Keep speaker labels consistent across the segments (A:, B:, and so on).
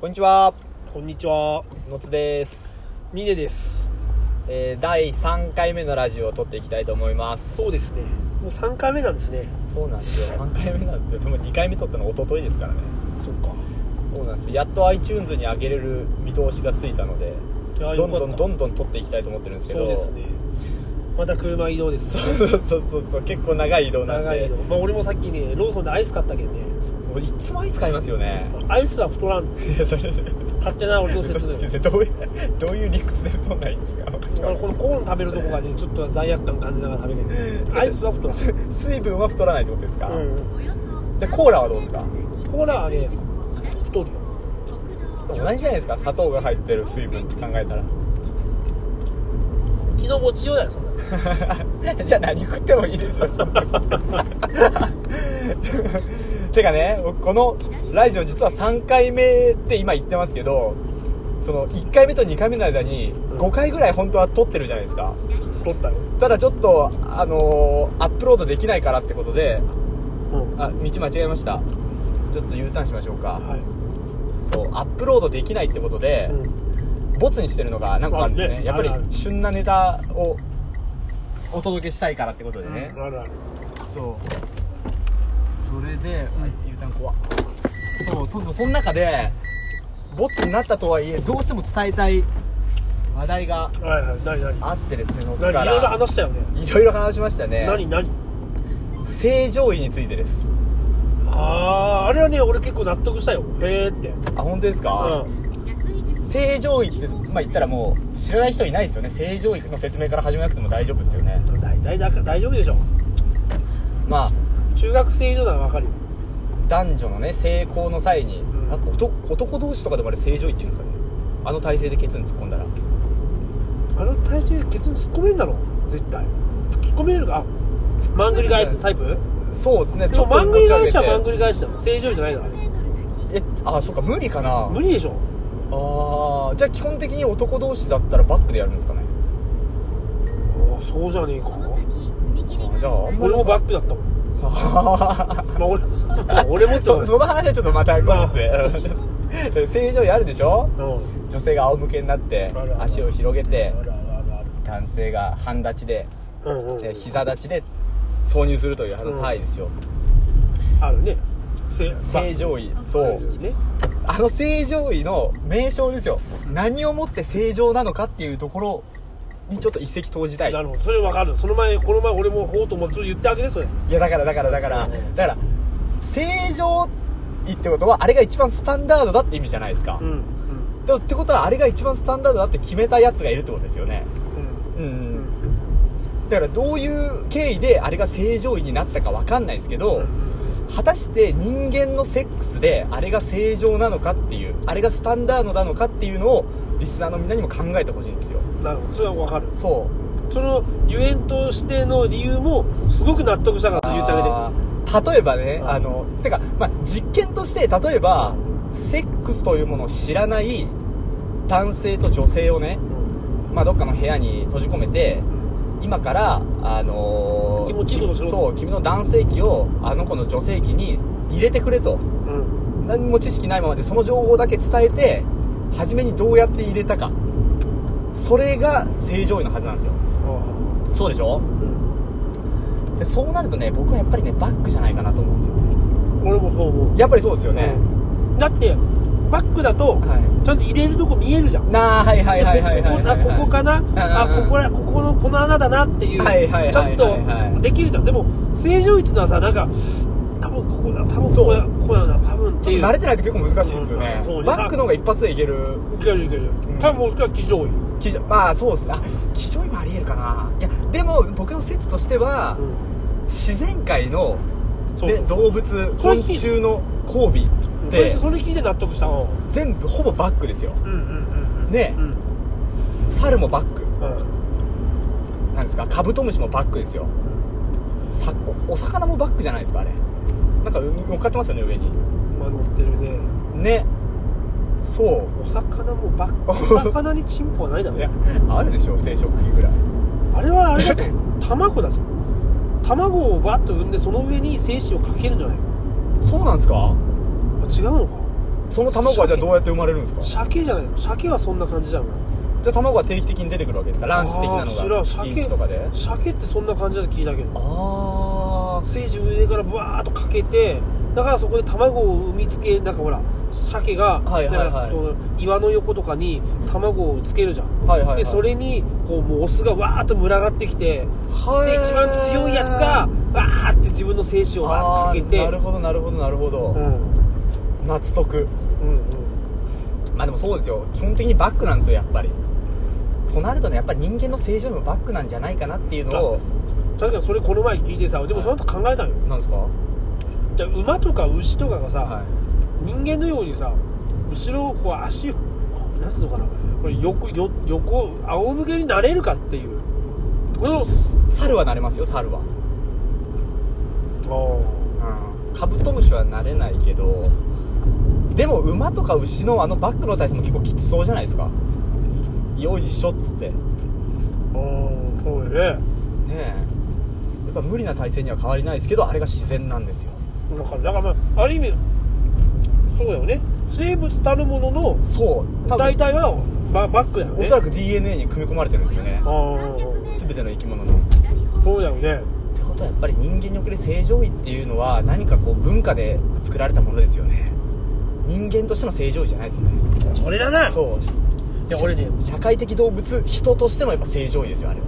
A: こんにちは、
B: こんにちは、
A: のつです。
B: ミネです。
A: えー第3回目のラジオを撮っていきたいと思います。
B: そうですね。もう3回目なんですね。
A: そうなんですよ、3回目なんですよ。でも2回目撮ったの一昨日ですからね。
B: そうか。
A: そうなんですよ。やっと iTunes に上げれる見通しがついたので、
B: いや
A: どんど
B: よか
A: ん
B: った
A: どんどん撮っていきたいと思ってるんですけ
B: そう
A: ど、
B: ですね。また車移動です、ね。
A: そうそうそうそう、結構長い移動なんで、
B: 長い移動。まあ俺もさっきね、ローソンでアイス買ったけんね。
A: もういつもアイス買いますよね。
B: アイスは太らん。
A: い や、それ、
B: 勝手な俺の説
A: 嘘
B: 明。
A: つ けて
B: だ
A: どういう、どういう理屈で撮んないんですか
B: からこのコーン食べるとこがね、ちょっと罪悪感感じながら食べれ る。アイスは太らん。
A: す水分は太らないってことですか、
B: うん。
A: じゃあコーラはどうですか
B: コーラはね、太るよ。
A: 同じじゃないですか砂糖が入ってる水分って考えたら
B: 昨日もちようやそんな。
A: じゃあ何食ってもいいですよそんなこと てかね僕このラジオ実は3回目って今言ってますけどその1回目と2回目の間に5回ぐらい本当は撮ってるじゃないですか
B: 太ったよ。
A: ただちょっとあのーアップロードできないからってことで
B: うん。
A: あ道間違えましたちょっと U ターンしましょうか、
B: はい。
A: そうアップロードできないってことで、
B: うん。
A: ボツにしてるのがなんかあるんです
B: あ
A: ね
B: ね
A: やっぱり
B: あるある
A: 旬なネタをお届けしたいからってことでね、
B: あるある。
A: そうそれで、うん、ゆうたんこわそうそその中でボツになったとはいえどうしても伝えたい話題が
B: はいはい。なになに
A: あってですねのっ
B: 何
A: か
B: いろいろ
A: ら
B: 話したよね。
A: いろいろ話しましたね
B: 何何
A: 正常位についてです
B: あああれはね俺結構納得したよへえって
A: あ本当ですか、
B: う
A: 正常位ってまあ言ったらもう知らない人いないですよね正常位の説明から始めなくても大丈夫ですよね
B: ん大体だから大丈夫でしょ
A: まあ
B: 中学生以上ならわかるよ
A: 男女のね成功の際に、
B: ん
A: なんか男男同士とかでもあれ正常位って言うんですかねあの体勢でケツに突っ込んだら
B: あの体重ケツに突っ込めるんだろ絶対突っ込めるかあマングリ返すタイプ
A: そうですね
B: ちょマングリ返しはマング
A: リ
B: リ返しだよ正常位じゃないだろ
A: えあそっか無理かな
B: 無理でしょ
A: ああじゃあ基本的に男同士だったらバックでやるんですかね
B: ああそうじゃねえか
A: あじゃああんまり
B: 俺もバックだったも ん、
A: あ
B: まあ、俺 も俺もっ
A: ー
B: て
A: そ
B: こと
A: その話はちょっとまた後日で 正常位あるでしょ
B: うん
A: 女性が仰向けになって
B: あるある
A: 足を広げて
B: あるあるあるある
A: 男性が半立ちで
B: うんうん、う
A: で
B: ん、
A: 膝立ちで挿入するというあの体位ですよ、
B: あるねせ
A: 正常位そう
B: ね
A: あの正常位の名称ですよ何をもって正常なのかっていうところにちょっと一石投じたいい
B: なるほどそれわかるその前この前俺もほうともちょっと言ってあげてそれ
A: やだからだからだからだから正常位ってことはあれが一番スタンダードだって意味じゃないですか、
B: うんうん
A: でもってことはあれが一番スタンダードだって決めたやつがいるってことですよね
B: うん
A: うん、う
B: う
A: ん、
B: ん
A: だからどういう経緯であれが正常位になったかわかんないですけど、果たして人間のセックスであれが正常なのかっていうあれがスタンダードなのかっていうのをリスナーのみんなにも考えてほしいんですよ
B: なるほどそれはわかる
A: そう
B: そのゆえんとしての理由もすごく納得したから言ってあ
A: あー例えばね
B: うん
A: あのてか、まあ、実験として例えばセックスというものを知らない男性と女性をね、
B: げて
A: まあ、どっかの部屋に閉じ込めて今からあのー
B: 気持ちいいことしろ
A: そう君の男性器をあの子の女性器に入れてくれと
B: うんうん
A: 何も知識ないままでその情報だけ伝えて初めにどうやって入れたかそれが正常位のはずなんですよ
B: あ
A: そうでしょ
B: あうん
A: でそうなるとね僕はやっぱりねバックじゃないかなと思うんですよ
B: 俺もそう思う
A: やっぱりそうですよね、
B: だってバックだと
A: は
B: ちゃんと入れるとこ見えるじゃん
A: なあはいはいはいはい
B: こ
A: は
B: こ
A: い
B: あここかなあ
A: うんうんうん
B: ここらここのこの穴だなっていう
A: はいはいはいはい
B: ちゃん
A: はい
B: とできるじゃんでも正常位っていうのはさなんか多分ここだ多分ここだここだな多分っていう
A: 慣れてないと結構難しいですよね、
B: うんそうです
A: バックの方が一発でいける
B: いけるいける、
A: ん
B: 多分もしくは騎乗位
A: 騎乗まあそうっすねあ騎乗位もありえるかないやでも僕の説としては、自然界の
B: そう
A: で動物昆虫の交尾っ
B: それ
A: て
B: それ聞いて納得したうん
A: 全部ほぼバックですよ
B: うんうんうん
A: ね
B: うん
A: 猿もバック
B: うん
A: なんですかカブトムシもバックですよさおお魚もバックじゃないですかあれなんか乗っかってますよね上に
B: まあ乗ってるね
A: ねそう
B: お魚もバッ お魚にチンポはないだろ
A: いやあるでしょ生殖器ぐらい
B: あれはあれだぞ 卵だぞ卵をバッと産んでその上に精子をかけるんじゃないか
A: そうなんですか
B: あ違うのか
A: その卵はじゃあどうやって生まれるんですかじ
B: 鮭じゃないの鮭はそんな感じじゃん
A: ゃあ卵は定期的に出てくるわけですか卵子的なのが
B: あー知らん
A: 菌糸とかで
B: 鮭ってそんな感じだと聞いたけど
A: あ
B: ステージ上からブワーッとかけてだからそこで卵を産みつけなんかほら鮭が、
A: はいはいはい
B: なんかその岩の横とかに卵をつけるじゃん、
A: あはいはい、はい、
B: でそれにこうもうオスがわーっと群がってきて
A: は
B: で一番強いやつがわーって自分の精子をわー
A: あ
B: っ
A: ー
B: てかけて
A: なるほどなるほどなるほ
B: う
A: ど、
B: ん
A: 夏得
B: うん
A: まあでもそうですよ基本的にバックなんですよやっぱりとなるとねやっぱり人間の正常にもバックなんじゃないかなっていうのを
B: うん確かにそれこの前聞いてさでもその後考えたんよ、
A: なんですかは
B: じゃあ馬とか牛とかがさ、
A: い
B: 人間のようにさ後ろをこう足をこうなんつうのかなこれ横よ横仰向けになれるかっていうこれを
A: 猿はなれますよ猿はうんカブトムシはなれないけどでも馬とか牛のあのバックの体勢も結構きつそうじゃないですかよいしょっつってね
B: ああそうね
A: えやっぱ無理な体勢には変わりないですけどあれが自然なんですよ
B: だからだから、まあ、ある意味そうだよね生物たるものの
A: そう多
B: 大
A: 分
B: 体はババックだよ
A: お
B: ね
A: そらく DNA に組み込まれてるんですよね
B: ああ
A: 全ての生き物の
B: そうだよね
A: ってことはやっぱり人間における正常位っていうのは何かこう文化で作られたものですよね人間としての正常位じゃないですよね
B: それだな
A: そう
B: で俺ね
A: 社会的動物人としてのやっぱ正常位ですよあれは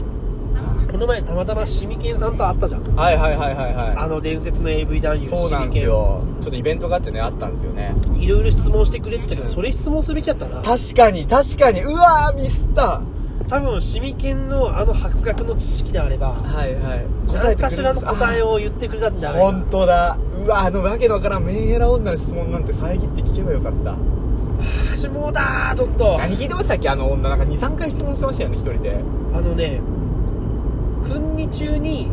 B: この前たまたまシミケンさんと会ったじゃん
A: はいはいはいはいは
B: あの伝説の AV 男
A: い
B: 優
A: そうなんですよちょっとイベントがあってねあったんですよね
B: シミケンいろいろ質問してくれっちゃけどそれ質問すべきだったな
A: 確かに確かにうわーミスった
B: 多分シミケンのあの博学の知識であれば
A: はいはい
B: 何かしらの答え
A: を
B: を言ってくれたんだね
A: 本当だうわあのわけのわからんメンヘラ女の質問なんて遮って聞けばよかった
B: 橋もだーちょっと
A: 何聞いてましたっけあの女なんか23回質問してましたよね一人ではい
B: あのね訓に中に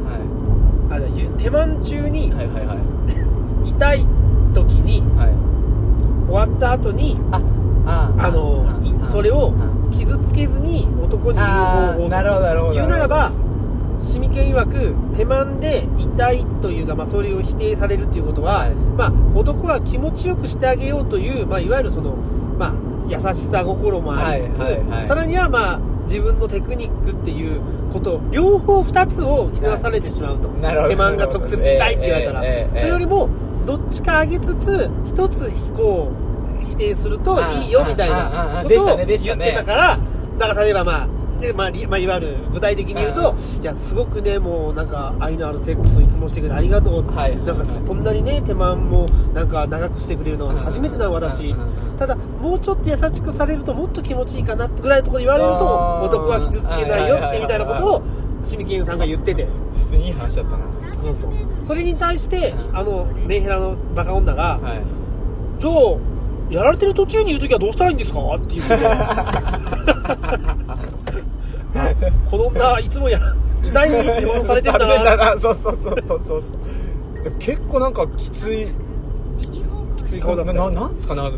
B: あゆ手満中に
A: はいはいはい
B: 痛い時に
A: はい
B: 終わった後に
A: ああ
B: あのいそれを傷つけずに男に言う
A: ああ
B: 方法
A: なるほどなるほど
B: 言うならばシミケン曰く手満で痛いというか、まあ、それを否定されるということは、
A: はい
B: まあ、男は気持ちよくしてあげようという、まあ、いわゆるその、まあ、優しさ心もありつつ、
A: はいはいはい
B: さらには、まあ、自分のテクニックっていうこと両方2つを着なされてしまうと、
A: いなるほど
B: 手満が直接痛いって言われたら、
A: ええええええ
B: それよりもどっちかあげつつ1つこう否定するといいよみたい
A: ああああ
B: な
A: あ
B: こ
A: でし
B: と
A: た
B: を
A: ね
B: 言
A: で
B: っ
A: したね
B: てたから、だから例えばまあ、でまあ、りまあ、いわゆる具体的に言うと
A: う、
B: いや、すごくね、もうなんか愛のあるセックスをいつもしてくれてありがとう、
A: はい
B: なんかこんなにね、手間もなんか長くしてくれるのは初めてなの私
A: うんうんうんうん、
B: ただ、もうちょっと優しくされるともっと気持ちいいかなぐらいのところで言われると、
A: あー
B: 男は傷つけないよってみたいなこと
A: はいはいはい
B: を、シミケンさんが言ってて。
A: 普通にいい話だったな
B: そうそうそれに対してあのメンヘラのバカ女が、
A: はい
B: じゃあやられてる途中に言うときはどうしたらいいんですかって 言ってこの女いつもや痛いに手放されてんだな
A: なそうそうそうそうそうでも結構なんかきつい
B: きつい顔だった
A: なな
B: よ
A: なんですかな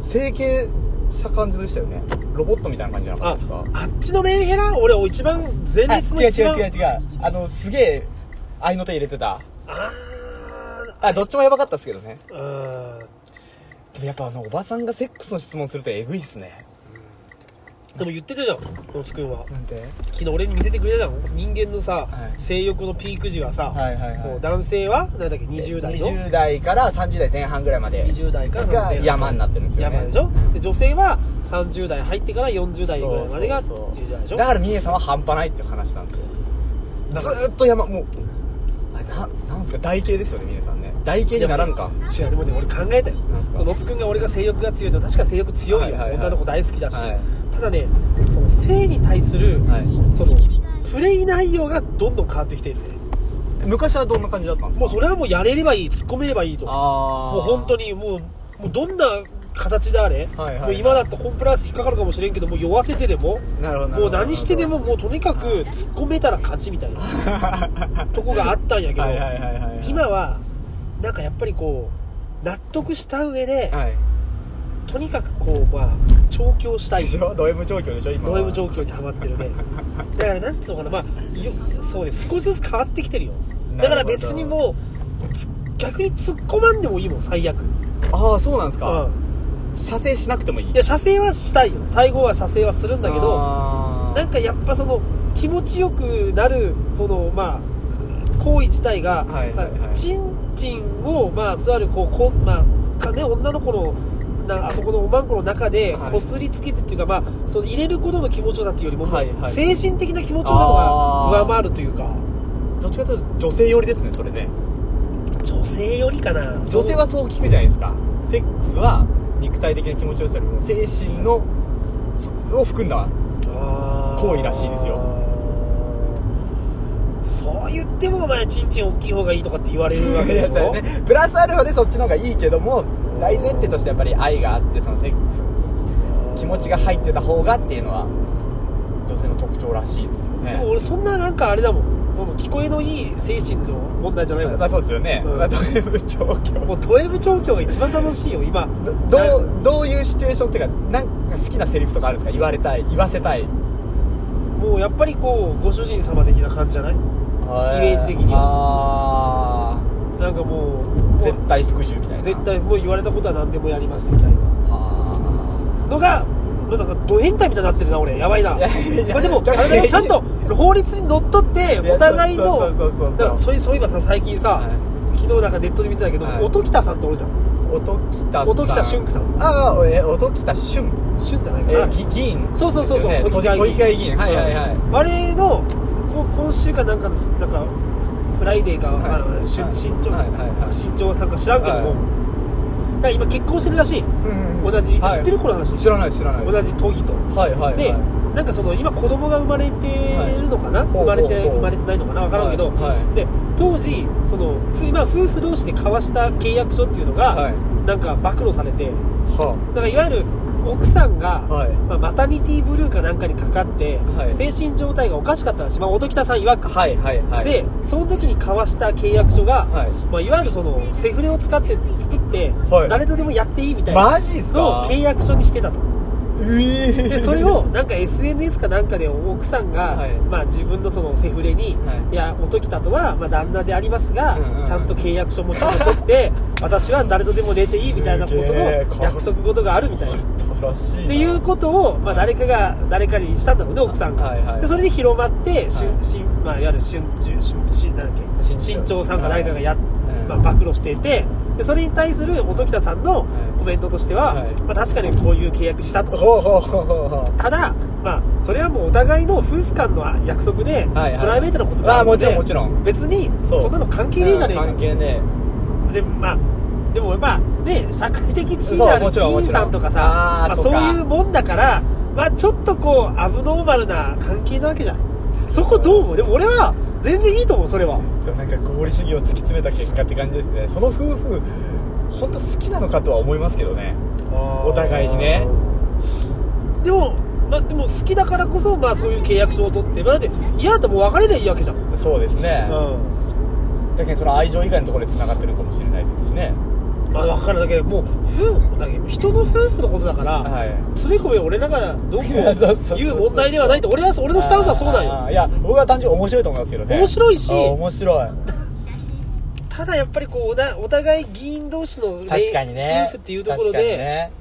A: 整形した感じでしたよねロボットみたいな感じじゃなか
B: あ
A: ったですか
B: あっちのメンヘラ俺一番前
A: あ
B: 列の一番
A: 違う違う違う違うあのすげえ合いの手入れてた
B: あ
A: あどっちもやばかったですけどね
B: ーあー
A: でもやっぱあのおばさんがセックスの質問するとエグいっすね
B: でも言ってたじゃん大津君は
A: なんて
B: 昨日俺に見せてくれたじゃん人間のさ、
A: はい
B: 性欲のピーク時はさ、
A: はいはいはい
B: もう男性は何だっけ20代の
A: 20代から30代前半ぐらいまで
B: 20代から30代
A: が山になってるんですよね
B: 山でしょで女性は30代入ってから40代ぐらいまでが
A: そうそうそう
B: 10代でしょ
A: だからミエさんは半端ないっていう話なんですよずーっと山もうあれななんですか台形ですよねミエさんね台形にならんか
B: 違うでもね俺考えたよ
A: なんすか
B: 野津君が俺が性欲が強いのは確か性欲強いよ、
A: はいはいはい
B: 女の子大好きだし、
A: はい
B: ただねその性に対する、
A: はい
B: そのプレイ内容がどんどん変わってきてるね
A: 昔はどんな感じだったんですか
B: もうそれはもうやれればいい突っ込めればいいと
A: ああ
B: もう本当
A: に
B: にもうもうどんな形であれ、
A: はいはい
B: もう今だとコンプライアンス引っかかるかもしれんけどもう酔わせてでも
A: なるほどなる
B: も
A: ほ
B: う
A: ど
B: 何してでももうとにかく突っ込めたら勝ちみたいな とこがあったんやけど
A: はいはいはいはいはい
B: 今はなんかやっぱりこう納得した上で、
A: はい
B: とにかくこうまあ調教し たい
A: でしょド M 調教でしょ今は
B: ド M 状況にはまってるねだからなんつうのかなまあよそうね少しずつ変わってきてるよだから別にもうつ逆に突っ込まんでもいいもん最悪
A: ああそうなんですか、
B: うん
A: 射精しなくてもいい
B: いや射精はしたいよ最後は射精はするんだけど
A: あー
B: なんかやっぱその気持ちよくなるそのまあ行為自体が、
A: はいはいはい
B: まあチンチンをまあ座るこうこうまあかね女の子のなあそこのおまんこの中で
A: はい
B: こすりつけてっていうか、まあその入れることの気持ちよさっていうよりも、
A: はいはい
B: 精神的な気持ちよさの方が上回るというか
A: どっちかというと女性寄りですねそれね
B: 女性よりかな
A: 女性はそう聞くじゃないですかセックスは肉体的な気持ちよさよりも精神のそを含んだ行
B: 行
A: 為らしいですよ
B: そう言ってもお前チンチン大きい方がいいとかって言われるわけでしょ、
A: ねプラスアルファでそっちの方がいいけども大前提としてやっぱり愛があってそのセックス気持ちが入ってた方がっていうのは女性の特徴らしいですけど
B: でも
A: ね
B: 俺そんななんかあれだもんその聞こえのいい精神の問題じゃないもん
A: まあそうですよね、
B: うん
A: まあどういう状況
B: もうド M 調教が一番楽しいよ今
A: どうどういうシチュエーションっていうかなんか好きなセリフとかあるんですか言われたい言わせたいイ
B: もうやっぱりこうご主人様的な感じじゃないメージ的に
A: は
B: なんかもう
A: あ
B: も
A: ー
B: う
A: 絶対服従みたいな
B: 絶対もう言われたことは何でもやりますみたいな
A: は
B: のがなんかド変態みたいになってるな俺やばいない
A: やいやいや
B: まあ、でも
A: だから
B: あれだよちゃんと法律にのっとって
A: いや
B: お互いの
A: そうそうそうそう
B: だからそういそういえばさ最近さ、
A: は
B: 昨日なんかネットで見てたけど、
A: はい
B: 音喜多さんっておるじゃん
A: あ音喜多さん
B: 音喜多俊さん
A: ああえ音喜多俊
B: 旬じゃない
A: え
B: かな、
A: ーぎ議員
B: そうそうそうそう、
A: ですよね都議会議員はいはいはい
B: あれのこ今週かなんかのなんかフライデーか、
A: はい
B: あのしゅ
A: はい
B: 新潮、
A: はいはいはい
B: 新潮さんか知らんけども、だから今結婚してるらしい同じ
A: はい
B: 知ってるこの話
A: 知らない知らない
B: 同じ都議と
A: はいはいはい
B: で、なんかその今子供が生まれてるのかな、
A: はい
B: 生まれて
A: ほうほうほう
B: 生まれてないのかな分からんけど、
A: はいは
B: で当時そのつまあ夫婦同士で交わした契約書っていうのが、
A: はい
B: なんか暴露されて
A: は
B: だからいわゆる奥さんが、
A: はい
B: まあ、マタニティブルーかなんかにかかって、
A: はい
B: 精神状態がおかしかったらしい、まあ、音喜多さん曰く、
A: はいはいはい
B: でその時に交わした契約書が、
A: はい
B: いまあ、いわゆるそのセフレを使って作って、
A: はい
B: 誰とでもやっていいみたいな
A: マジっす
B: のを
A: か
B: 契約書にして たと。
A: うえー
B: でそれをなんか SNS かなんかで奥さんが、
A: はい
B: まあ、自分のそのセフレに、
A: はい
B: い、や音喜多とは、まあ、旦那でありますが、
A: うんうんうん
B: ちゃんと契約書もちゃんと取って 私は誰とでも寝ていいみたいなこと
A: すげえかっ
B: の約束事があるみたいな。
A: らしいな
B: っていうことを、まあ、誰かが誰かにしたんだろうね奥さんが、
A: はいはい
B: でそれで広まって、しゅ
A: はい
B: しんまあ、いわゆる春春春春なんだっけ
A: 新潮
B: 新潮さんか誰かがやっ、
A: はい
B: まあ、暴露していてでそれに対する音喜多さんの
A: はい
B: コメントとしては、
A: はい
B: まあ、確かにこういう契約したと
A: ほうほうほうほうほう
B: ただ、まあ、それはもうお互いの夫婦間の約束で、
A: はいはい
B: プライベートなことだ
A: あもちろんもちろん
B: 別に
A: そう
B: そんなの関係ねえじゃねえか
A: 関係ね
B: でもまあでもまあね社会的地位
A: そう
B: のある
A: もち
B: 議
A: ろんも
B: 員
A: ちろん
B: さんとかさ
A: あー
B: まあ、
A: そ
B: そうう
A: か
B: いうもんだからまあちょっとこうアブノーマルな関係なわけじゃんそこどう思うでも俺は全然いいと思うそれは
A: えでもなんか合理主義を突き詰めた結果って感じですねその夫婦本当好きなのかとは思いますけどねお互いにね
B: でもまあでも好きだからこそまあそういう契約書を取って、まあ、だって嫌だったらもう別れりゃいいわけじゃんうん
A: そうですね、だけどその愛情以外のところで繋がってるのかもしれないですしね
B: まあ分からんだけどもう夫婦だけど人の夫婦のことだから、
A: はい
B: 詰め込め俺ながらどうこ
A: やそうそうそう
B: ういう問題ではないと俺は俺のスタンスはそうなんよ
A: あーいや僕は単純に面白いと思いますけどね
B: 面白いし
A: あー面白い
B: ただやっぱりこうおなお互い議員同士のね
A: 確かにね
B: 夫婦っていうところで、
A: 確かにね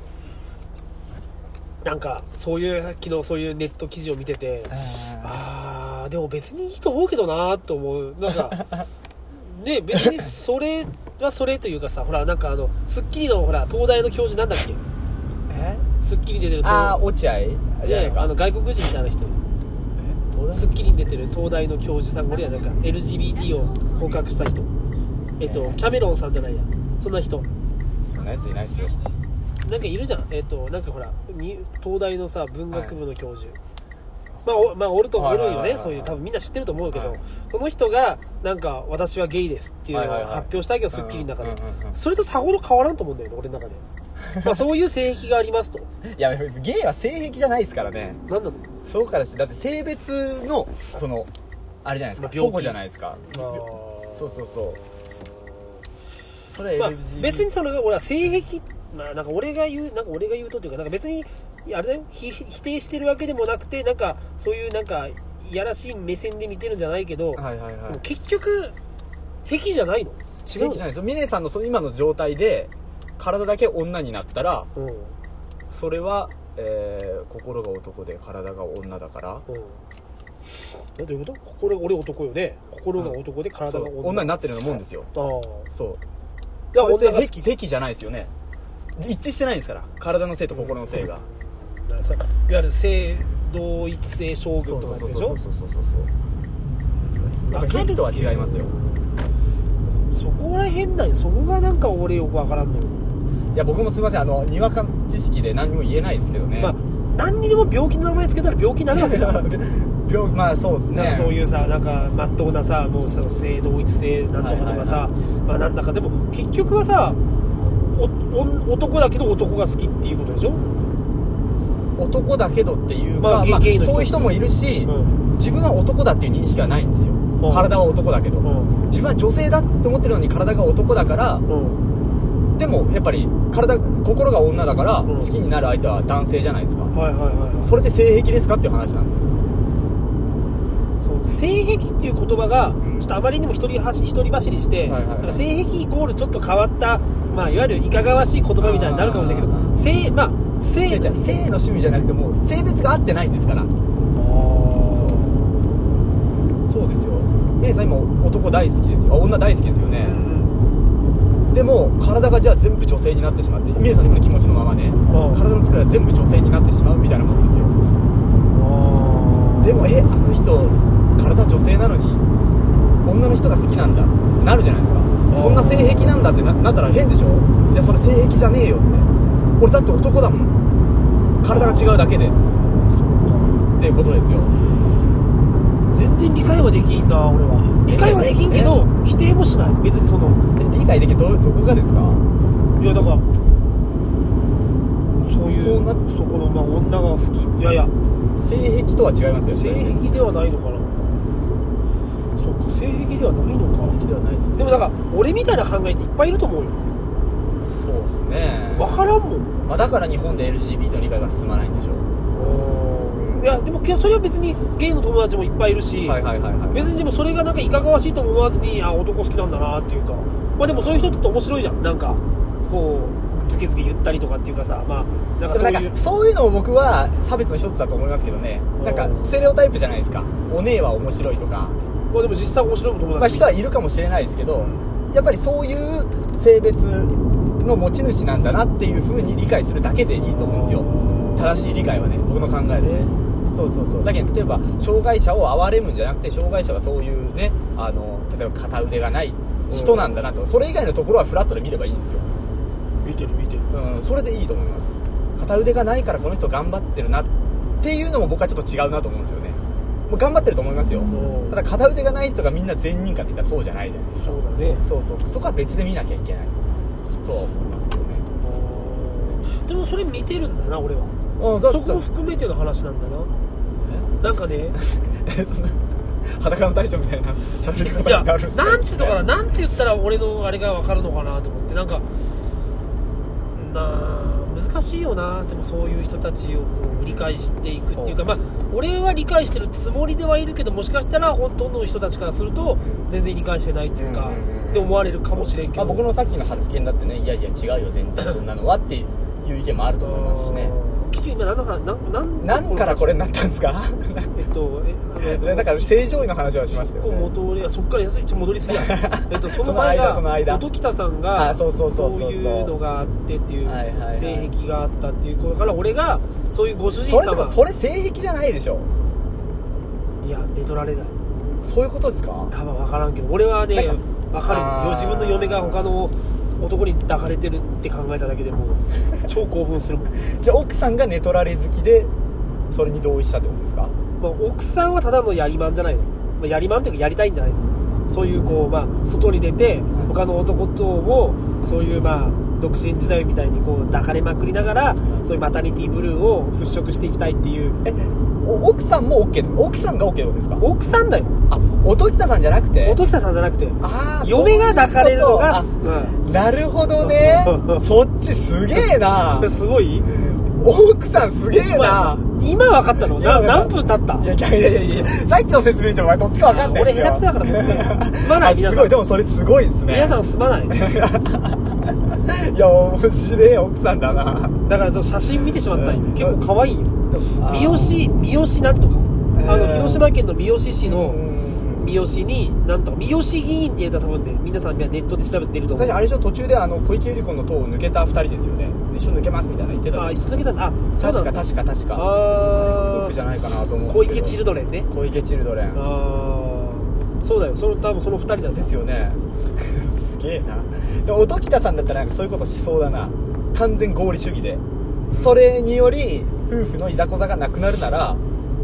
B: なんかそういう昨日そういうネット記事を見ててあーでも別にいいと思うけどなーと思うなん かね別にそれはそれというかさほらなんかあの『スッキリ』のほら東大の教授なんだっけ
A: え
B: 『スッキリ』で出てる
A: ああ
B: 東
A: 落合じゃない
B: ね
A: か
B: あの外国人みたいな人
A: どうだ
B: 『スッキリ』に出てる東大の教授さんこれやなんか LGBT を告白した人えっとキャメロンさんじゃないやそんな人
A: そんなやついないですよ
B: なんかいるじゃんえっ、となんかほらに東大のさ文学部の教授、まあおまあおるとお
A: はい
B: る
A: はいはい
B: よ
A: はい
B: ねそういう多分みんな知ってると思うけど、
A: はい
B: この人がなんか私はゲイですっていうのを
A: はいはいはい
B: 発表したわけど、スッキリの中で、
A: うんうんうん
B: それとさほど変わらんと思うんだよね俺の中でまあそういう性癖がありますと
A: いやゲイは性癖じゃないですからね
B: 何なの
A: そうからしてだって性別のそのあれじゃないです
B: ま
A: か
B: あ病気
A: 祖母じゃないですかそうそうそうそれ
B: まあ
A: LGBT、
B: 別にその俺は性癖まあなんか俺が言うなんか俺が言うとというかなんか別にあれだよひ否定してるわけでもなくてなんかそういうなんかいやらしい目線で見てるんじゃないけど、
A: はいはいはい
B: でも結局癖じゃないの違
A: 違うじゃな
B: う
A: い
B: の
A: ですよ峰さんのその今の状態で体だけ女になったら
B: うんうん
A: それは、えー心が男で体が女だから
B: えどういうこと心が俺男よね心が男で体
A: そう
B: が女
A: 女になってるようなもんですよ
B: ああ
A: そう
B: いや
A: これ
B: 女
A: っ
B: が
A: て
B: 好き
A: 癖癖じゃないですよね一致してないんですから体の性と心の性が、
B: なさいわゆる性同一性将
A: そ
B: 軍
A: う
B: と
A: そ
B: か
A: うそう
B: やつでし
A: そう
B: ょ
A: そうそうそうそうやっぱ癖とは違いますよ
B: そこら辺なんよそこがなんか俺よくわからんのよ、
A: いや僕もすいませんあのにわか知識で何も言えないですけどね、
B: まあ何にでも病気の名前つけたら病気になるわけじゃん
A: 病まあそうです
B: なん
A: ね
B: かそういうさなんかまっとうなさもうその性同一性なんとかとかさ、
A: はい
B: まあなんだかでも結局はさおお男だけど男が好きっていうことでしょ、
A: 男だけどっていうか、
B: ま
A: ま
B: あ
A: あ
B: ゲイの人
A: そういう人もいるし、
B: うん
A: 自分は男だっていう認識はないんですよ、
B: ん
A: 体は男だけど、
B: うん
A: 自分は女性だって思ってるのに体が男だから
B: うん
A: でもやっぱり体心が女だから
B: うん
A: 好きになる相手は男性じゃないですか、
B: はいはいはいはい
A: それで性癖ですかっていう話なんですよ
B: そう性癖っていう言葉が
A: ん
B: ちょっとあまりにも一人走一人走りして、
A: はいはいはい
B: なんか性癖イコールちょっと変わった、まあ、いわゆるいかがわしい言葉みたいになるかもしれないけ
A: あ
B: ど性まあ
A: 違
B: 性
A: う違う性の趣味じゃなくてもう性別が合ってないんですからそうですよ姉さん今男大好きですよあ女大好きですよね、でも体がじゃあ全部女性になってしまって皆さんの気持ちのままね、
B: ん
A: 体の作りは全部女性になってしまうみたいなもんですよでもえあの人体女性なのに女の人が好きなんだってなるじゃないですかそんな性癖なんだってななったら変でしょいやそれ性癖じゃねえよって俺だって男だもん体が違うだけでっていうことですよ
B: 全然理解はできんな俺は理解はできんけど否定もしない別にその
A: え理解できるどうどこがですか
B: いやだからそういう
A: そう
B: そ
A: な
B: このまあ女が好きいやいや
A: 性癖とは違いますよ
B: 性
A: 性
B: 癖ではないのかなそうか性癖ではないのか
A: 癖ではないですよ
B: でもなんか俺みたいな考えっていっぱいいると思うよ
A: そうですね
B: 分からんもん
A: まあ、だから日本で LGBT の理解が進まないんでしょう
B: いやでもけそれは別にゲイの友達もいっぱいいるし、
A: はいはいはいはい
B: 別にでもそれがなんかいかがわしいとも思わずにあ男好きなんだなっていうかまあでもそういう人って面白いじゃんなんかこうつけつけ言ったりとかっていうかさまあなんか
A: で
B: そ
A: も
B: う
A: ないん
B: う
A: かそういうのも僕は差別の一つだと思いますけどねなんかステレオタイプじゃないですかお姉は面白いとか、
B: まあでも実際面白い友
A: まあ、
B: 達、
A: 人はいるかもしれないですけどやっぱりそういう性別の持ち主なんだなっていう風に理解するだけでいいと思うんですよ正しい理解はね僕の考えでねそうそうそうだけど例えば障害者を憐れむんじゃなくて障害者はそういうねあの例えば片腕がない人なんだなとそれ以外のところはフラットで見ればいいんですよ
B: 見てる見てる
A: うん、それでいいと思います片腕がないからこの人頑張ってるなっていうのも僕はちょっと違うなと思うんですよねもう頑張ってると思いますよ
B: ん
A: ただ片腕がない人がみんな全人かって言ったらそうじゃないじゃないです
B: そうだね
A: かそうそうそこは別で見なきゃいけないとは思いますけどね
B: でもそれ見てるんだな俺は
A: あだ
B: そこも含めての話なんだななんかね
A: えそんな裸の大将みたいな喋り
B: い
A: 方
B: や
A: に なるんです
B: なんつうのかな
A: な
B: なんて言ったら俺のあれが分かるのかなと思ってなんかなあ難しいよなでもそういう人たちをこう理解していくっていう
A: そ
B: か
A: う
B: まあ俺は理解してるつもりではいるけどもしかしたらほとんどの人たちからすると全然理解してないっていうか、
A: うんうんうん
B: って思われるかもしれんけ
A: まあ、
B: ど
A: 僕のさっきの発言だってねいやいや違うよ全然そんなのはっていう意見もあると思いますしね
B: うん結局今何の話なんなん
A: 何からこれになったんですか
B: えっとえあの
A: ねなんか正常位の話はしましたよ、
B: こ
A: ね
B: う元俺はそっから安いちょ戻りす ぎやえっとその前
A: その間
B: が
A: その間
B: 音喜多さん
A: あ
B: が
A: そうそうそうそうそう
B: いうのがあってっていう
A: はいはいはい
B: 性癖があったっていうだから俺がそういうご主
A: そ
B: 人
A: れでも
B: 様
A: それ性癖じゃないでしょ
B: いや寝取られない
A: そういうことですか
B: 多分分からんけど俺はね
A: なんか
B: 分かる
A: あー
B: よ自分の嫁が他の男に抱かれてるって考えただけでもう超興奮するもん、
A: じゃあ奥さんが寝取られ好きでそれに同意したってことですか
B: まあ、奥さんはただのやりまんじゃないの、まあ、やりまんというかやりたいんじゃないのそういうこうまあ外に出て
A: ん
B: 他の男とをそういうまあ独身時代みたいにこう抱かれまくりながらそういうマタニティブルーを払拭していきたいっていう
A: えお奥さんも OK ってこと奥さんが OK ってことですか
B: 奥さんだよ
A: あ音喜多さんじゃなくて
B: 音喜多さんじゃなくて
A: ああ
B: 嫁が抱かれるのが、
A: なるほどねそっちすげえな
B: うん、すごい
A: 奥さんすげえな
B: 今分かったのな何分経った
A: いやいやいやいやいやさっきの説明書お前どっちかわかんない
B: 俺下手くそだから説明すまない
A: あ
B: 皆
A: す
B: さ
A: ごい
B: ん
A: でもそれすごいですね
B: 皆さんすまないだ
A: いや面白い奥さんだ な
B: からちょっと写真見てしまったんよ
A: うん
B: 結構可愛いよ
A: あー
B: 三好三好なんとかあの
A: えー
B: 広島県の三次市の
A: うん
B: 三次になんとか三次議員って言ったら多分ね皆さんネットで調べてると
A: 確
B: 思う
A: かにあれでしょ途中であの小池百合子の塔を抜けた二人ですよね一緒に抜けますみたいな言ってた
B: あ一緒だけなんだあそうな
A: 確
B: ん
A: か
B: だ
A: 確か確か
B: あ
A: 夫婦じ
B: あ
A: ゃないかなと思うん
B: 小
A: ですけど
B: 池チルドレンね
A: 小池チルドレン
B: ああそうだよその多分その二人だよ
A: ですよねすげえなでも音喜多さんだったらなんかそういうことしそうだな完全合理主義でそれにより夫婦のいざこざがなくなるなら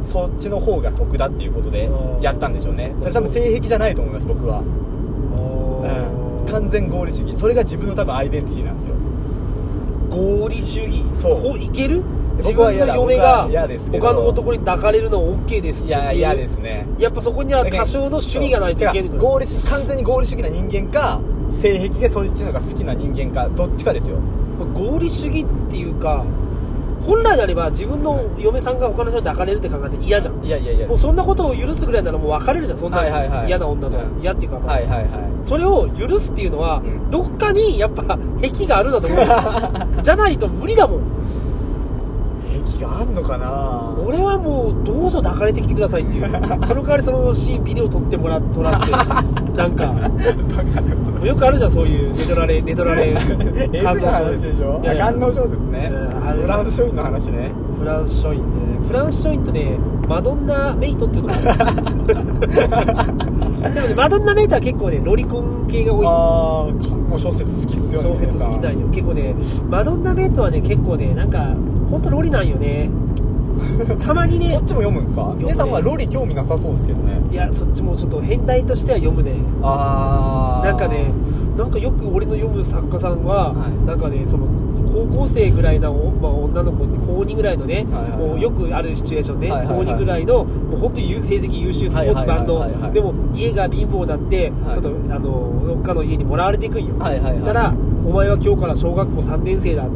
A: そっちの方が得だっていうことで
B: うん
A: やったんでしょうねそれ多分性癖じゃないと思います僕は、うん、完全合理主義それが自分の多分アイデンティティなんですよ
B: 合理主義
A: そう
B: ほいける自
A: 僕は
B: 分
A: 嫌
B: の
A: だ
B: 嫁
A: 僕は嫌
B: が
A: ですけど
B: 他の男に抱かれるのは OK ですって
A: い
B: 言え
A: や
B: る
A: 嫌ですね
B: やっぱそこには多少の趣味がないといけない
A: そうてか合理主完全に合理主義な人間か性癖でそっちのが好きな人間かどっちかですよ
B: 合理主義っていうか本来であれば自分の嫁さんが他の人に抱かれるって考えて嫌じゃん
A: いやいやいや
B: もうそんなことを許すぐらいならもう別れるじゃんそんな
A: はいはいはい
B: 嫌な女と
A: うん
B: 嫌っていうか、まあ
A: はいはいは
B: それを許すっていうのは、
A: ん
B: どっかにやっぱ癖があるんだと 思うじゃないと無理だもん
A: い癖があんのかな
B: 俺はもうどうぞ抱かれてきてくださいっていうその代わりそのシーンビデオ撮ってもら撮ら せてなん
A: バカ
B: か
A: なこと
B: よくあるじゃんそういう寝取られ寝取ら れ
A: 映画の話でしょ
B: いやいや
A: 観音小説ね
B: うんあれ
A: フランス商品の話ね
B: フランス書院ねフランス書院とねマドンナ・メイトっていうのがある でもねマドンナ・メイトは結構ねロリコン系が多い
A: ああ観音小説好きっすよね
B: 小説好きなんよ結構ねマドンナ・メイトはね結構ねなんかほんとロリなんよねたまに
A: 皆さ
B: ね
A: んそっちも読むんですか
B: むね
A: 皆さんはロリ興味なさそうですけどね
B: いやそっちもちょっと変態としては読むね
A: あ
B: なんかねなんかよく俺の読む作家さんは、
A: はい
B: なんかねその高校生ぐらいの、まあ、女の子高2ぐらいの
A: は
B: ね、
A: いはいはい
B: もうよくあるシチュエーションね、
A: はいはいはい
B: 高2ぐらいのもう本当に優成績優秀スポーツマンの、
A: はいはいはいはい
B: でも家が貧乏になって、
A: はい
B: ちょっとあのどっかの家にもらわれていくんよ、
A: はいはいはい
B: だからお前は今日から小学校3年生だお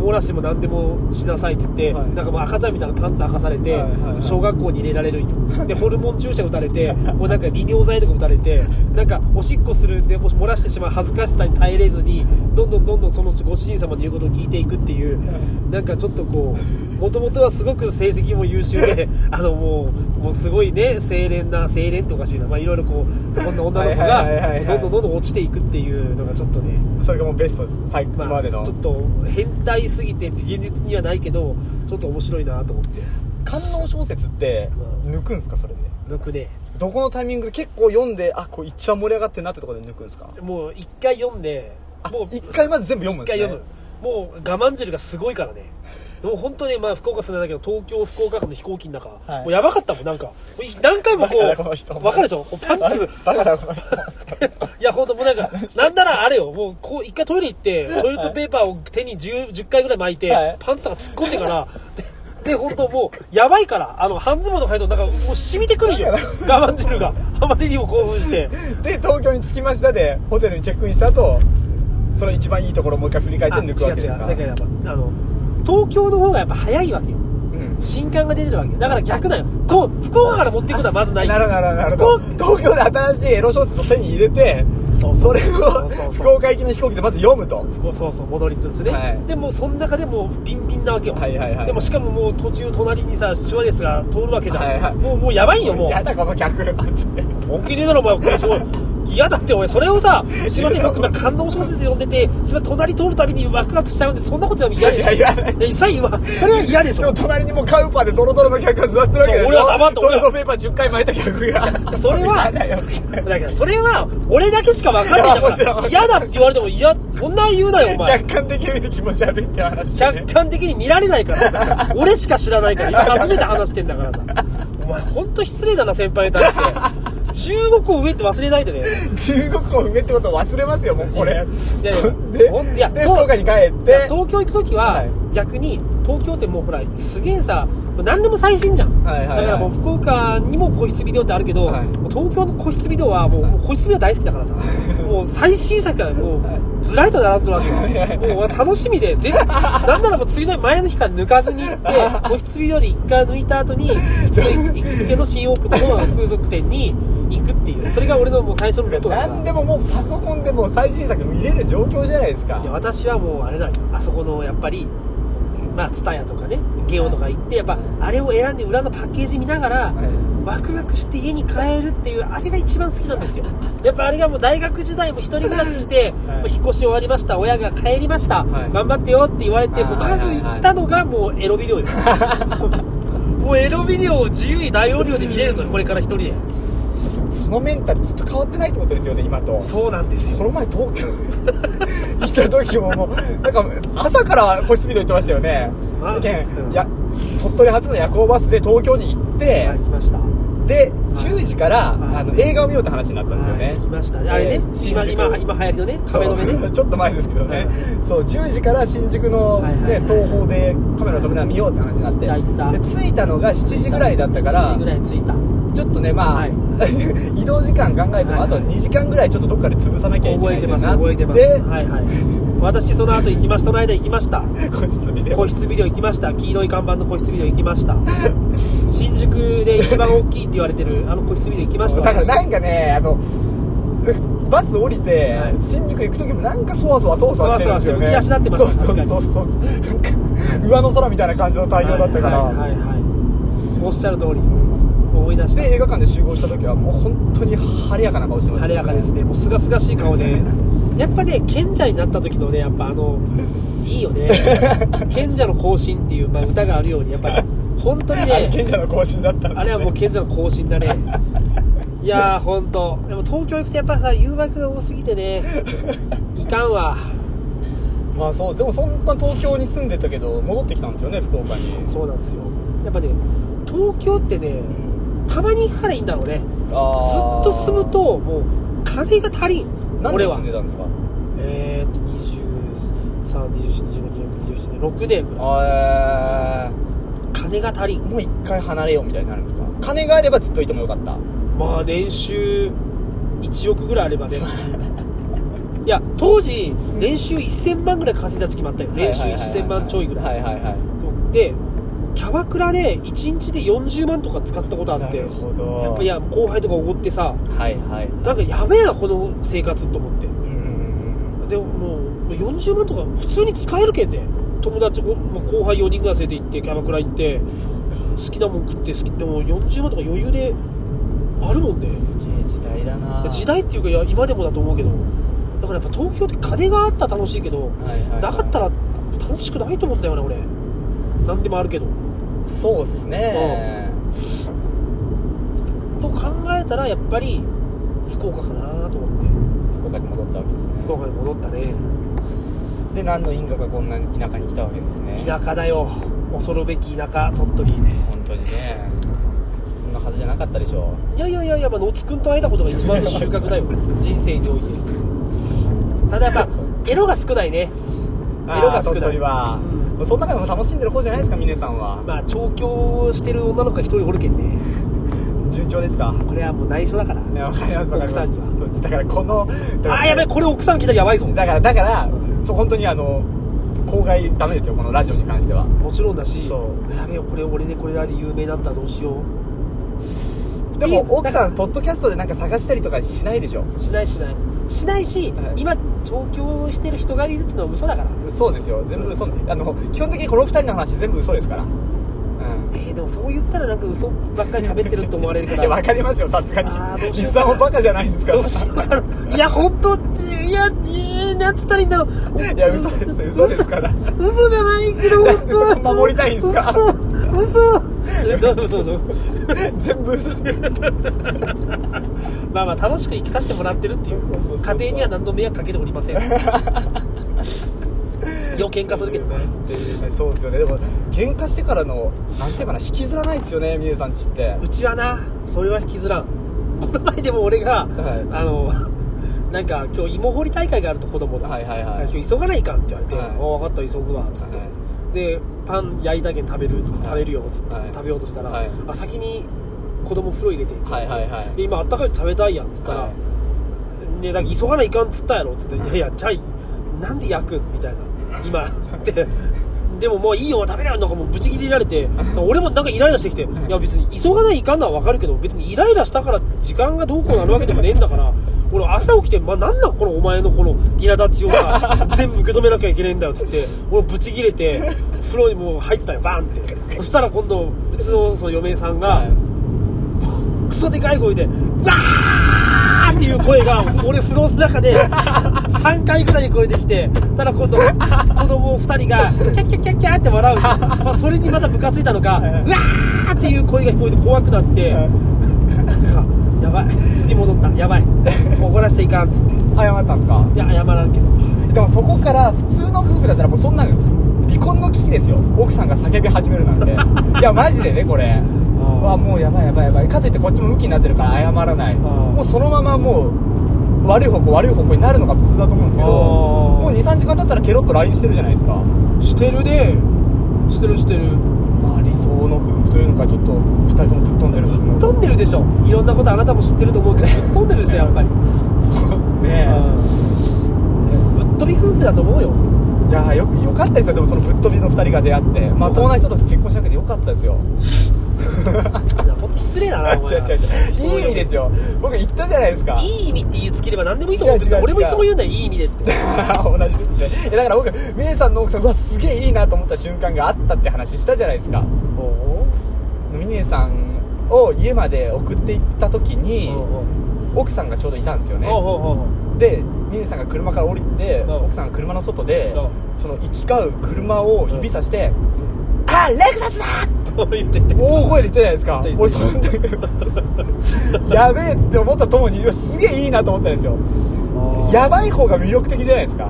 B: もらしも何でもしなさいっつって、
A: はい
B: なんかもう赤ちゃんみたいなパンツ履かされて、
A: はいはいはい
B: 小学校に入れられる んよでホルモン注射打たれてもうなんか利尿剤とか打たれてなんかおしっこするんでもし漏らしてしまう恥ずかしさに耐えれずにどんどんどんどんそのご主人様の言うことを聞いていくっていうなんかちょっとこうもともとはすごく成績も優秀 であのもうもうすごいね清廉な清廉っておかしいなまあいろいろこうこんな女の子
A: はいはいはいはい
B: が
A: は
B: ど
A: い
B: んどんどんどん落ちていくっていうのがちょっとね
A: それがもうベスト最高
B: ま
A: ま
B: あ、
A: での
B: ちょっと変態すぎて現実にはないけどちょっと面白いなと思って
A: 観音小説って
B: うん
A: 抜くんですかそれで
B: 抜くね
A: どこのタイミングで結構読んであこれ一番盛り上がってんなってところで抜くんですか
B: もう一回読んで
A: あ
B: もう
A: 一回まず全部読むん
B: 一
A: です
B: 回
A: ね
B: 読むもう我慢汁がすごいからねもう本当ね、まあ、福岡住んでたけど東京福岡間の飛行機の中、
A: い
B: もうやばかったもんなんかい何回もこ
A: バカだこの人
B: う分かるでしょこうパンツ
A: バカだこの人
B: いや、ほんと、もうなんか、なんならあれよ、もう、こう、一回トイレ行って、トイレットペーパーを手に 10, 10回ぐらい巻いて、
A: はい
B: パンツとか突っ込んでから、で、ほんともう、やばいから、あの、半ズボンの入ると、なんか、もう染みてくるんよ、我慢汁が。あまりにも興 奮して。
A: で東京に着きましたでホテルにチェックインした後その一番いいところをもう一回振り返って
B: あ、違う
A: 抜
B: 違う。
A: くわけですか
B: だからやっぱ、あの、東京の方がやっぱ早いわけよ。
A: うん
B: 新刊が出てるわけよ。だから逆だよ。と、福岡から持っていくことはまずな い。
A: なるほどなるほどなるほど東京で新しいエロ小説を手に入れて
B: そう
A: それ
B: そ
A: を
B: うそう
A: 福
B: そう。
A: 岡行きの飛行機でまず読むと
B: こうそうそう戻りつつね、
A: はい
B: でもうその中でもうビンビンなわけよ、
A: はいはいはい
B: でもしかももう途中隣にさシュワレスが通るわけじゃん、
A: はいはい
B: もうもうやばいよも
A: や
B: う
A: だこの客マジで
B: 本気でだろお前これそう嫌だってお前それをさすいません僕今感動小説読んでてすいません隣通るたびにワクワクしちゃうんでそんなことは嫌でしょ
A: いやいや
B: やさいわそれは嫌でし
A: でも
B: ょ
A: 隣にもうカウパーでドロドロの客が座ってるわけでし
B: そう
A: ょ
B: 俺は黙って
A: トイレットペーパー10回巻いた客が
B: それは
A: やだよ
B: だからそれは俺だけしか分かんない
A: いや
B: んだか
A: も
B: ら
A: ちろん
B: 嫌だって言われても嫌そんな言うなよお前
A: 客観的に見て気持ち悪いって話ね
B: 客観的に見られな いから俺しか知らないから今初めて話してんだからさお前本当失礼だな先輩に対して15個上って忘れないでね
A: 15個埋めってこと忘れますよもうこれ
B: いやいや
A: で
B: ほんいや
A: で
B: と
A: 福岡に帰って
B: 東京行く時は、
A: はい
B: 逆に東京ってもうほらすげえさもう何でも最新じゃん、
A: はいはいはい
B: だからもう福岡にも個室ビデオってあるけど、
A: はい
B: もう東京の個室ビデオはもう,、もう個室ビデオ大好き だからさもう最新作がもうずらりと並んでるわけよもう楽しみでぜなんならもう次の前の日から抜かずに行って個室ビデオで1回抜いた後に行きつけの新大久保の風俗店に行くっていうそれが俺のもう最初のルートだから
A: 何でももうパソコンでもう最新作見れる状況じゃないですか
B: いや私はもうあれだあそこのやっぱりまあ蔦屋とかねゲオとか行ってやっぱあれを選んで裏のパッケージ見ながら
A: い
B: ワクワクして家に帰るっていうあれが一番好きな んですよやっぱあれがもう大学時代も一人暮らしして、
A: はい
B: もう引っ越し終わりました親が帰りました、
A: はい
B: 頑張ってよって言われ
A: あ
B: て
A: ー
B: もうまず行ったのがもうエロビデオです もうエロビデオを自由に大容量で見れるとこれから一人で
A: そのメンタルずっと変わってないってことですよね今と
B: そうなんですよ
A: この前東京 行った時ももうなんか朝から個室ビデオ行ってましたよね
B: まあ
A: で
B: うん
A: いや鳥取初の夜行バスで東京に行って、
B: はい来ました
A: で10時から、
B: はい
A: あの映画を見ようって話になったんですよね、
B: はい来ましたねあれね
A: えー
B: 今
A: 新宿
B: 今今流行りのね
A: そう
B: 壁の目ね
A: ちょっと前ですけどね、
B: はい
A: そう10時から新宿の、
B: はいはいは
A: ね
B: い
A: 東宝でカメラの扉見ようって話になって
B: 行った行った
A: で着いたのが7時ぐらいだったか
B: 7
A: ら
B: 時ぐらい着いた
A: ちょっとねまあ、
B: は
A: 移動時間考えても、
B: はいはい
A: あと2時間ぐらいちょっとどっかで潰さなきゃいけ
B: 覚
A: ない
B: え
A: ん
B: て
A: だよ
B: ます
A: な
B: 覚えてます
A: で
B: は いはい私その後行きましたその間行きました
A: 個室ビデオ
B: 個室ビデオ行きました黄色い看板の個室ビデオ行きました新宿で一番大きいって言われ てるあの個室ビデオ行きました
A: だからなんかねあのバス降りて、
B: はい
A: 新宿行く時もなんかそわそわそわそわしてるんですよね
B: そわそわして浮き足立ってました
A: そう
B: 確かに
A: そうそうそうなんか上の空みたいな感じの対応だったから、
B: はいはいはいはいおっしゃる通り思い出した
A: で映画館で集合した時はもう本当に晴れやかな顔してました
B: 晴れやかですねもうすがすがしい 顔でやっぱね賢者になった時のねやっぱあのいいよね賢者の行進っていう、まあ、歌があるようにやっぱ本当に
A: あれ
B: ね
A: 賢者の更新だったんです、ね、
B: あれはもう賢者の行進だ ねいやー本当でも東京行くとやっぱさ誘惑が多すぎ てねいかんわ
A: まあそうでもそんな東京に住んでたけど戻ってきたんですよね福岡に
B: そうなんですよやっぱね東京ってねたまに行くからいいんだろうねずっと住むともう金が足りん
A: 何
B: 俺
A: で
B: は
A: 住んでたんですか
B: えー、っと232726年ぐらい
A: あ
B: 金が足り
A: ー
B: ん
A: もう一回離れようみたいになるんですか金があればずっといてもよかった
B: まあ年収1億ぐらいあればね いや当時年収1000万ぐらい稼いだ時期もあったよ年収1000万ちょいぐらい
A: はいはいはい
B: でキャバクラで1日で40万とか使ったことあ
A: な
B: ってや
A: るほど
B: っぱいや後輩とかおごってさ
A: はいはい
B: なんかやべえなこの生活と思って
A: うん
B: でももう40万とか普通に使えるけんね友達おもう後輩4人ぐらい連れて行ってキャバクラ行って
A: そうか
B: 好きなもん食って好きでも40万とか余裕であるもんね
A: すげえ時代だな
B: 時代っていうかいや今でもだと思うけどだからやっぱ東京って金があったら楽しいけど
A: はいはいはい
B: なかったら楽しくないと思うんだよね俺何でもあるけど
A: そうっすね
B: と考えたらやっぱり福岡かなと思って
A: 福岡に戻ったわけですね
B: 福岡に戻ったね
A: で何の因果がこんなに田舎に来たわけですね
B: 田舎だよ恐るべき田舎鳥取い
A: 本当にねこんなはずじゃなかったでしょ
B: やいやいやいやまあ野津君と会えたことが一番の収穫 だよ人生においてただやっぱエロが少ないねエロが少な
A: 鳥
B: い
A: 取はその中でも楽しんでる方じゃないですか峰さんは
B: まあ調教してる女の子が一人おるけんね
A: 順調ですか
B: これはもう内緒だから
A: いやわかりますわかります
B: 奥さんには
A: そうだからこのだから
B: あーやべえこれ奥さん来たらやばいぞ
A: だからだからそう本当にあの公害ダメですよこのラジオに関しては
B: もちろんだし
A: そ
B: やべえこれ俺でこれだで有名だったらどうしよう
A: でも奥
B: だか
A: さんポッドキャストでなんか探したりとかしないでしょ
B: らしないしないしないし、
A: はい
B: 今調教してる人がいるっていうのは嘘だから
A: そうですよ全部嘘あの基本的にこの二人の話全部嘘ですからうん
B: えー、でもそう言ったらなんか嘘ばっかり喋ってるって思われるか
A: いやわ
B: ら
A: かりますよさすがに
B: あーどうし
A: 実
B: よう
A: さ
B: かなん
A: もバカじゃないですから
B: どうしようかないや本当いやいやなんつったらいいんだろう
A: いや嘘です嘘ですから
B: 嘘じゃないけど本当
A: 嘘守りたいんすか
B: 嘘嘘えどうそうそう
A: 全部嘘
B: まあまあ楽しく生きさせてもらってるっていう
A: そうそうそう
B: 家庭には何の迷惑かけており ませんよう喧嘩するけどね
A: そうですよねでも喧嘩してからのなんていうかな引きずらないですよね峰さんちって
B: うちはなそれは引きずらんこの前でも俺が、
A: はい
B: あのなんか今日芋掘り大会があると子供の、
A: はいはいはい
B: 今日急がないかんって言われて、
A: はい
B: ああ分かった急ぐわっつって、
A: はい
B: でパン焼いたけん食べるっつって食べるよっつって、
A: はい
B: 食べようとしたら、
A: はい
B: あ先に子供風呂入れてって言わ
A: はい
B: れて
A: はいはい
B: で今あったかいの食べたいやんっつったら、
A: はい
B: ねだから急がないかんっつったやろっつって「いやいやじゃあなんで焼くん?」みたいな今ってでももういいよ食べれよなんかもうブチ切れられて俺もなんかイライラしてきていや別に急がないかんのは分かるけど別にイライラしたからって時間がどうこうなるわけでもねえんだから俺朝起きて、まあ、なんなんこのお前のこの苛立ちをさ 全部受け止めなきゃいけねえんだよっつって俺ブチ切れて風呂にもう入ったよバーンってそしたら今度うちのその嫁さんが、
A: はい
B: クソでかい声で「わー!」っていう声が俺風呂の中で3回ぐらい声できてただ今度子供2人がキャッキャッキャッキャーって笑う、まあ、それにまたムカついたのか「うわー!」っていう声が聞こえて怖くなってなんかやばい巣に戻ったやばい怒らしていかんっつってい
A: 謝ったんですか
B: や謝らんけど
A: でもそこから普通の夫婦だったらもうそんなの離婚の危機ですよ奥さんが叫び始めるなんて いやマジでねこれ
B: ん
A: わもうやばいやばいやばいかといってこっちもムキになってるから謝らない
B: ん
A: もうそのままもう悪い方向悪い方向になるのが普通だと思うんですけど
B: あー
A: もう23時間経ったらケロッと LINE してるじゃないですか
B: してるでしてるしてる
A: まあ理想の夫婦というのかちょっと2人ともぶっ飛んでるんです
B: 飛んでるでしょいろんなことあなたも知ってると思うけど飛んでるでしょやっぱり、
A: そうですね
B: ぶっ飛び夫婦だと思うよ
A: いやよよかったですよでもそのぶっ飛びの2人が出会ってまともな人と結婚したけどよかったですよ
B: いや本当失礼だなお前
A: 違う違う違ういい意味ですよ僕言ったじゃないですか
B: いい意味って言いつければ何でもいいと思ってる
A: 違う違う違う
B: 俺もいつも言うんだよいい意味でって
A: 同じですねいやだから僕メイさんの奥さんうわすげえいいなと思った瞬間があったって話したじゃないですか
B: おお
A: ミネさんを家まで送って行った時に奥さんがちょうどいたんですよね
B: おおお
A: でミネさんが車から降りて
B: うん
A: 奥さんが車の外で
B: うん
A: その行き交う車を指さして「あレクサスだ!」
B: お言ってて
A: 大声で言ったじゃないですか
B: 言って
A: 俺その時やべえって思ったともにうわすげえいいなと思ったんですよやばい方が魅力的じゃないですか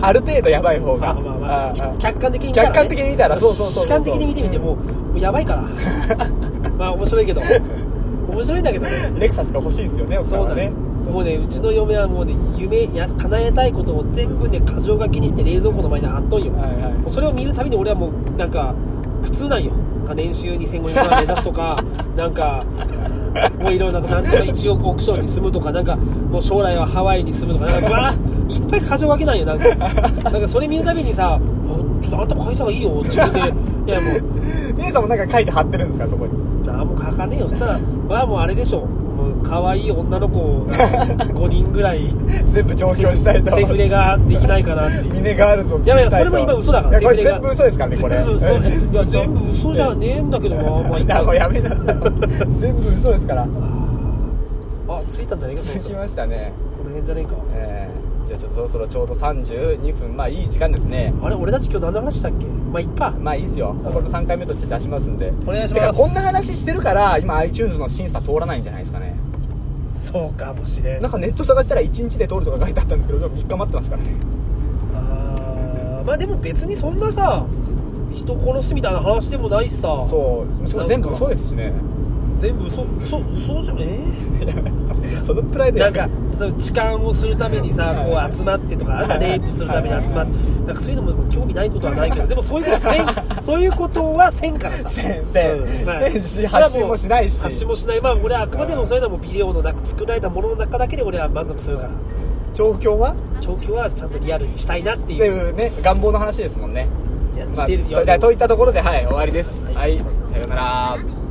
A: ある程度やばい方
B: ま
A: が
B: あまあま
A: あ
B: あ
A: ーあー
B: 客観的に見たら、ね、
A: 客観的に見たらそうそうそうそう
B: 主観的に見てみてもうもうやばいから まあ面白いけど面白いんだけどね
A: レクサスが欲しいですよね奥さん
B: そう
A: は
B: だね
A: ね
B: もうねうちの嫁はもうね夢や叶えたいことを全部ね箇条書きにして冷蔵庫の前に貼っとんよ、
A: はいはい
B: もうそれを見るたびに俺はもうなんか苦痛なんよ年収2500万目指すと かなんかもういろいろなんとか1億億ションに住むとかなんかもう将来はハワイに住むとかなんかうわいっぱい箇条書きなんよなんかなんかそれ見るたびにさあちょっとあんたも書いた方がいいよ自分でいやもう
A: ミネさんもなんか書いて貼ってるんですかそこに
B: 何も書かねえよそしたらまあもうあれでしょもう可愛い女の子が5人ぐらい
A: 全部 上京したいと
B: セフレができないかなっていう
A: ミネガールズを作りた
B: や
A: いと
B: ばいやそれも今嘘だから
A: いやこれ
B: セフレ
A: 全
B: が
A: 部嘘ですからねこれ
B: 全部嘘いや 全部嘘じゃねえんだけどなまあいい
A: いやもうやめなさい全部嘘ですから
B: あついたんじゃねえかそろ
A: 続
B: そ
A: き
B: ろ
A: ましたね
B: この辺じゃねえか
A: えーじゃあちょっとそろそろちょうど32分まあいい時間ですね
B: あれ俺たち今日何の話したっけまあいっか
A: まあいいですよこれも3回目として出しますんで
B: お願いし
A: て
B: ます
A: かこんな話してるから今 iTunes の審査通らないんじゃないですかね
B: そうかもしれん
A: なんかネット探したら1日で通るとか書いてあったんですけどでも3日待ってますからね
B: あーまあでも別にそんなさ人殺すみたいな話でもないしさ
A: そうしかも全部嘘ですしね
B: 全部嘘嘘嘘じゃねえ
A: そのプライド
B: な
A: や
B: んかそう痴漢をするためにさこう集まってとか朝レイプするために集まってなんかそういうのも興味ないことはないけどでもそういうこと はせんそういうことはせんからさ
A: せんせん
B: まあ
A: せんし発信もしないし
B: 発信もしないまあ俺はあくまでもそういうのもビデオの中作られたものの中だけで俺は満足するから
A: 状況は
B: 調教はちゃんとリアルにしたいなって
A: っ
B: い
A: て
B: う
A: いうね願望の話ですもんね
B: いや
A: まあ
B: してるよ、
A: とといったところではい終わりです
B: は
A: はい、さようなら